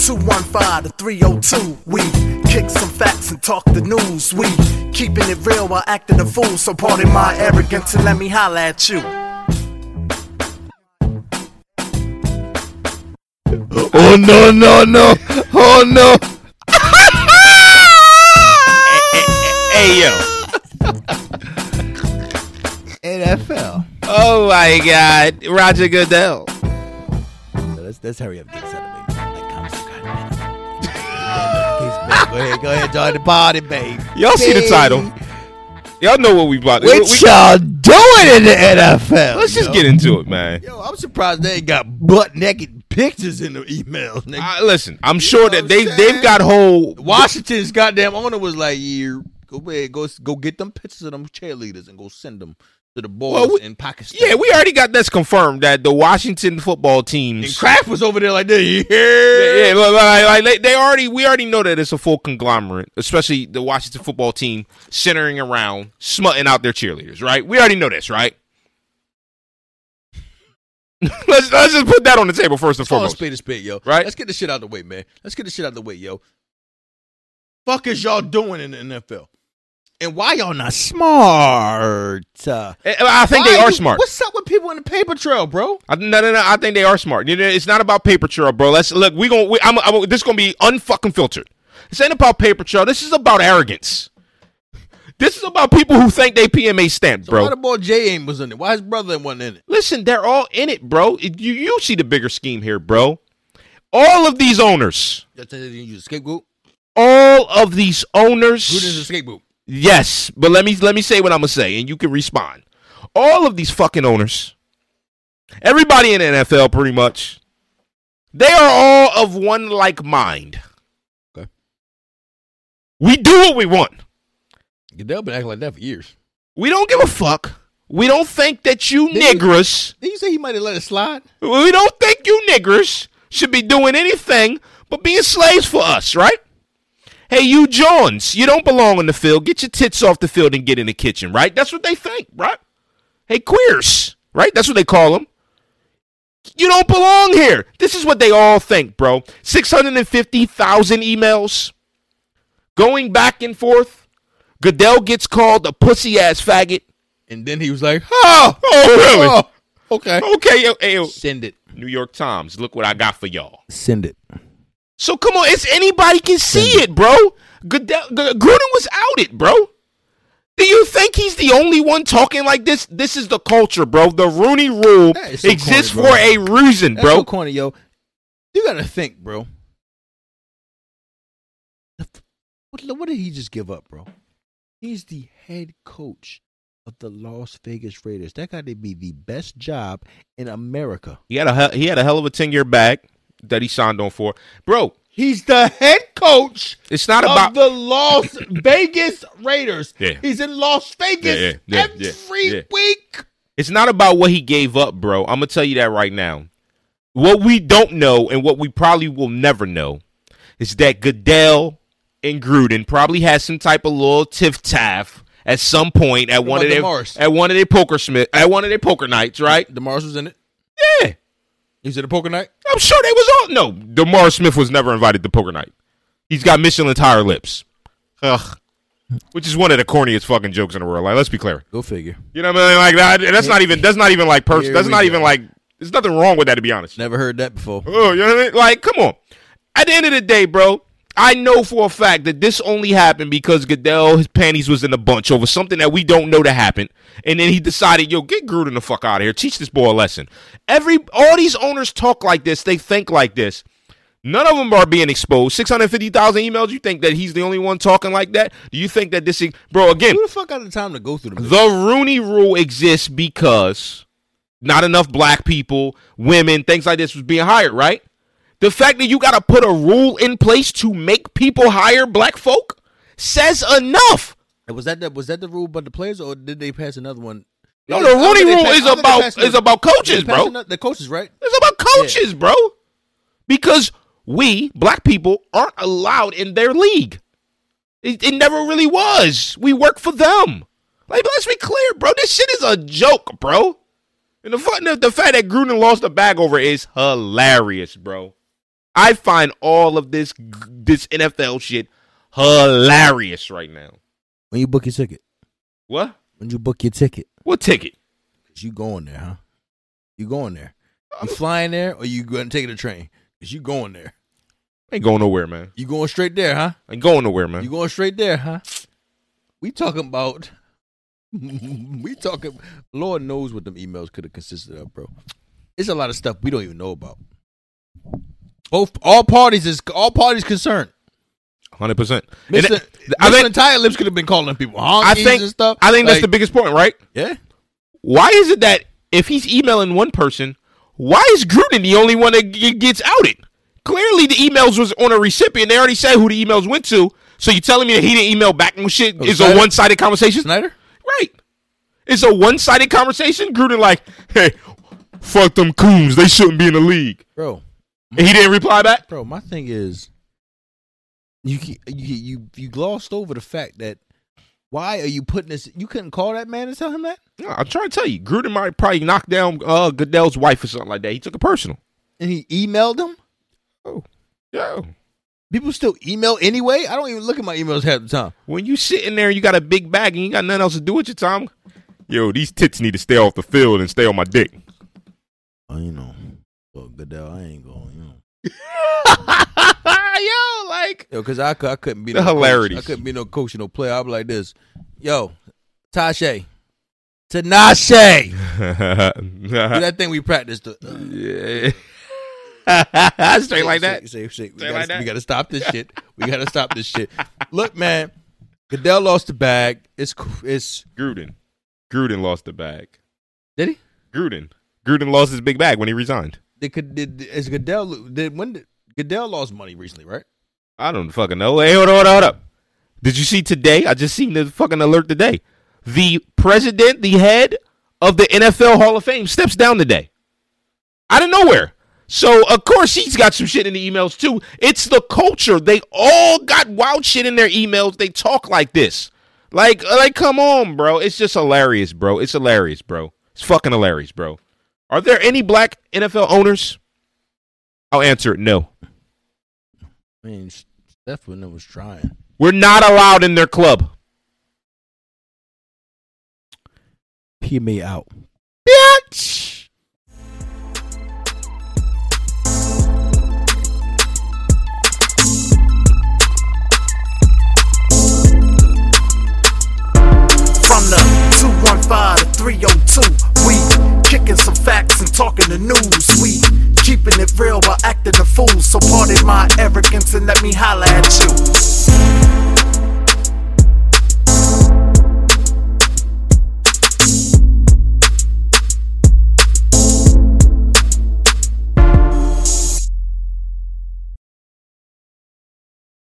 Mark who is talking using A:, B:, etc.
A: 5 to 302. We kick some facts and talk the news. We keeping it real while acting a fool. So pardon my arrogance and let me holla at you.
B: Oh no no no! Oh no! Eh,
C: Hey yo!
B: NFL.
C: Oh my God, Roger Goodell.
B: So let's let's hurry up and get this out of the way. Like, come on, come on. Go ahead, go ahead, join the party, babe.
C: Y'all see the
B: Hey,
C: title. Y'all know what we about. to-
B: What
C: we-
B: y'all doing in the NFL?
C: let's just
B: yo?
C: get into it, man.
B: Yo, I'm surprised they ain't got butt naked pictures in the emails. Nigga.
C: I, Uh, listen, I'm sure
B: know
C: that
B: what
C: they
B: I'm saying?
C: they've got whole
B: Washington's goddamn owner was like, "Yeah, go ahead, go go get them pictures of them cheerleaders and go send them to the boys
C: Well, we-
B: in Pakistan."
C: Yeah, we already got that's confirmed that the Washington football teams.
B: and Kraft was over there like, "Yeah,
C: yeah, yeah, like, like, like, they already we already know that it's a full conglomerate, especially the Washington football team centering around smutting out their cheerleaders, right? We already know this, right? let's let's just put that on the table first and
B: Let's call a
C: foremost.
B: spade a spade, yo.
C: Right?
B: Let's get this shit out of the way, man. Let's get this shit out of the way, yo. Fuck is y'all doing in the NFL? And why y'all not smart? Uh,
C: Eh, I think they
B: why
C: are
B: you-
C: smart.
B: What's up with people in the paper trail, bro?
C: I, no, no, no. I think they are smart. You know, It's not about paper trail, bro. Let's look. We gonna. We, I'm, I'm. This gonna be unfucking filtered. This ain't about paper trail. This is about arrogance. This is about people who think they PMA stamped,
B: So
C: bro.
B: Why the boy Jay ain't was in it? Why his brother wasn't in it?
C: Listen, they're all in it, bro. It- You you see the bigger scheme here, bro. All of these owners,
B: That's they didn't use a scapegoat.
C: all of these
B: Who did the
C: owners.
B: scapegoat?
C: Yes, but let me let me say what I'm gonna say, and you can respond. All of these fucking owners, everybody in the NFL, pretty much, they are all of one like mind.
B: Okay.
C: We do what we want.
B: Goodell been acting like that for years.
C: We don't give a fuck. We don't think that you
B: They-
C: niggers.
B: Did you say he might have let it slide?
C: We don't think you niggers should be doing anything but being slaves for us, right? Hey, you Johns, you don't belong on the field. Get your tits off the field and get in the kitchen, right? That's what they think, right? Hey, queers, right? That's what they call them. You don't belong here. This is what they all think, bro. 650,000 emails going back and forth. Goodell gets called a pussy ass faggot.
B: And then he was like, "Oh,
C: Oh,
B: oh, okay,
C: really? Okay, yo, hey, yo.
B: send it,
C: New York Times, look what I got for y'all.
B: send it."
C: So come on, it's anybody can see it, bro. Goodell, G- Gruden was outed, bro. Do you think he's the only one talking like this? This is the culture, bro. The Rooney Rule
B: That is so
C: exists
B: corny, bro.
C: for a reason,
B: That's
C: bro.
B: so corny, yo. You gotta think, bro. The f- What, what did he just give up, bro? He's the head coach of the Las Vegas Raiders. That got to be the best job in America.
C: he had a he- he had a hell of a ten year bag that he signed on for, bro.
B: He's the head coach
C: It's not about
B: of the Las Vegas Raiders.
C: Yeah.
B: He's in Las Vegas
C: Yeah, yeah, yeah,
B: every
C: yeah, yeah.
B: week.
C: It's not about what he gave up, bro. I'm gonna tell you that right now. What we don't know and what we probably will never know is that Goodell and Gruden probably had some type of little tiff taff at some point at one
B: about
C: of their
B: DeMar's?
C: at one of their poker smith at one of their poker nights, right?
B: Demars was in it.
C: Yeah.
B: He was in the poker night.
C: I'm sure they was all no. Demar Smith was never invited to poker night. He's got Michelin tire lips, ugh, which is one of the corniest fucking jokes in the world. Like, let's be clear.
B: Go figure.
C: You know what I mean? Like that. That's not even. That's not even like personal.
B: Here
C: That's
B: we
C: not
B: go.
C: even like. There's nothing wrong with that. To be honest.
B: Never heard that before.
C: Oh, you know what I mean? Like, come on. At the end of the day, bro, I know for a fact that this only happened because Goodell, his panties was in a bunch over something that we don't know that happened. And then he decided, yo, get Gruden the fuck out of here. Teach this boy a lesson. Every all these owners talk like this, they think like this. None of them are being exposed. 650,000 emails. You think that he's the only one talking like that? Do you think that this is, bro, again,
B: Who the fuck got the time to go through the?
C: the Rooney Rule exists because not enough black people, women, things like this was being hired, right? The fact that you got to put a rule in place to make people hire black folk says enough.
B: Was that the, was that the rule about the players, or did they pass another one?
C: No,
B: They-
C: the
B: I don't
C: Rooney
B: think they
C: Rule
B: passed- I
C: is
B: don't think they
C: about
B: passed another-
C: is about
B: Did
C: coaches,
B: they pass
C: bro.
B: ano- the coaches, right?
C: It's about coaches, bro. Because we, black people, aren't allowed in their league. It, it never really was. We work for them. Like, let's be clear, bro. This shit is a joke, bro. And the, fact- the, the fact that Gruden lost the bag over is hilarious, bro. I find all of this this NFL shit hilarious right now.
B: When you book your ticket,
C: What?
B: when you book your ticket,
C: What ticket?
B: 'Cause you going there, huh? You going there? You flying there, or you going taking the train? Cause you going there.
C: Ain't going nowhere, man.
B: You going straight there, huh?
C: Ain't going nowhere,
B: You
C: man.
B: going straight there, huh? We talking about. we talking. Lord knows what them emails could have consisted of, bro. It's a lot of stuff we don't even know about. Both all parties is all parties concerned.
C: Hundred percent.
B: Mr.
C: I
B: Mr.
C: think
B: entire lips could have been calling people
C: I
B: honkies
C: think
B: and stuff.
C: I think that's
B: Like,
C: the biggest point, right?
B: yeah.
C: Why is it that if he's emailing one person, why is Gruden the only one that g- gets outed? Clearly, the emails was on a recipient. They already said who the emails went to. So you telling me that he didn't email back and shit is a
B: Snyder?
C: one sided conversation?
B: Snyder.
C: Right. It's a one sided conversation. Gruden like, hey, fuck them coons. They shouldn't be in the league.
B: Bro,
C: And he didn't reply back.
B: bro, my thing is, you ke- you you you glossed over the fact that why are you putting this? You couldn't call that man and tell him that,
C: No, I'm trying to tell you, Gruden might probably knock down uh, Goodell's wife or something like that. He took it personal.
B: and he emailed him.
C: Yeah.
B: People still email anyway. I don't even look at my emails half the time.
C: When you sitting there and you got a big bag and you got nothing else to do with your time, yo, these tits need to stay off the field and stay on my dick.
B: Well, Oh, you know, well, Goodell, I ain't going. You know,
C: yo, like
B: yo, because I, cou- I couldn't be
C: The
B: no coach.
C: hilarities.
B: I couldn't be no coach and no player. I'd be like this, yo, Tashe, Tanache, do that thing we practiced. Uh,
C: Yeah. straight like that.
B: Say, say, we,
C: Say
B: gotta,
C: like that.
B: we gotta stop this shit. We gotta stop this shit. Look, man, Goodell lost the bag. It's cr- it's
C: Gruden. Gruden lost the bag.
B: did he?
C: Gruden. Gruden lost his big bag when he resigned.
B: Did, could- did is Goodell lo- did when did, Goodell lost money recently, right?
C: I don't fucking know. Hey, hold up, hold up, hold up. Did you see today? I just seen the fucking alert today. The president, the head of the NFL Hall of Fame, steps down today. Out of nowhere. So of course he's got some shit in the emails too. It's the culture. They all got wild shit in their emails. They talk like this. Like, like, come on, bro. It's just hilarious, bro. It's hilarious, bro. It's fucking hilarious, bro. Are there any black NFL owners? I'll answer it no.
B: I mean, Steph when was trying.
C: We're not allowed in their club.
B: PMA out.
C: Bitch.
A: From the 215 to 302, we kicking some facts and talking the news. We keeping it real while acting a fool. So pardon my arrogance and let me holla at you.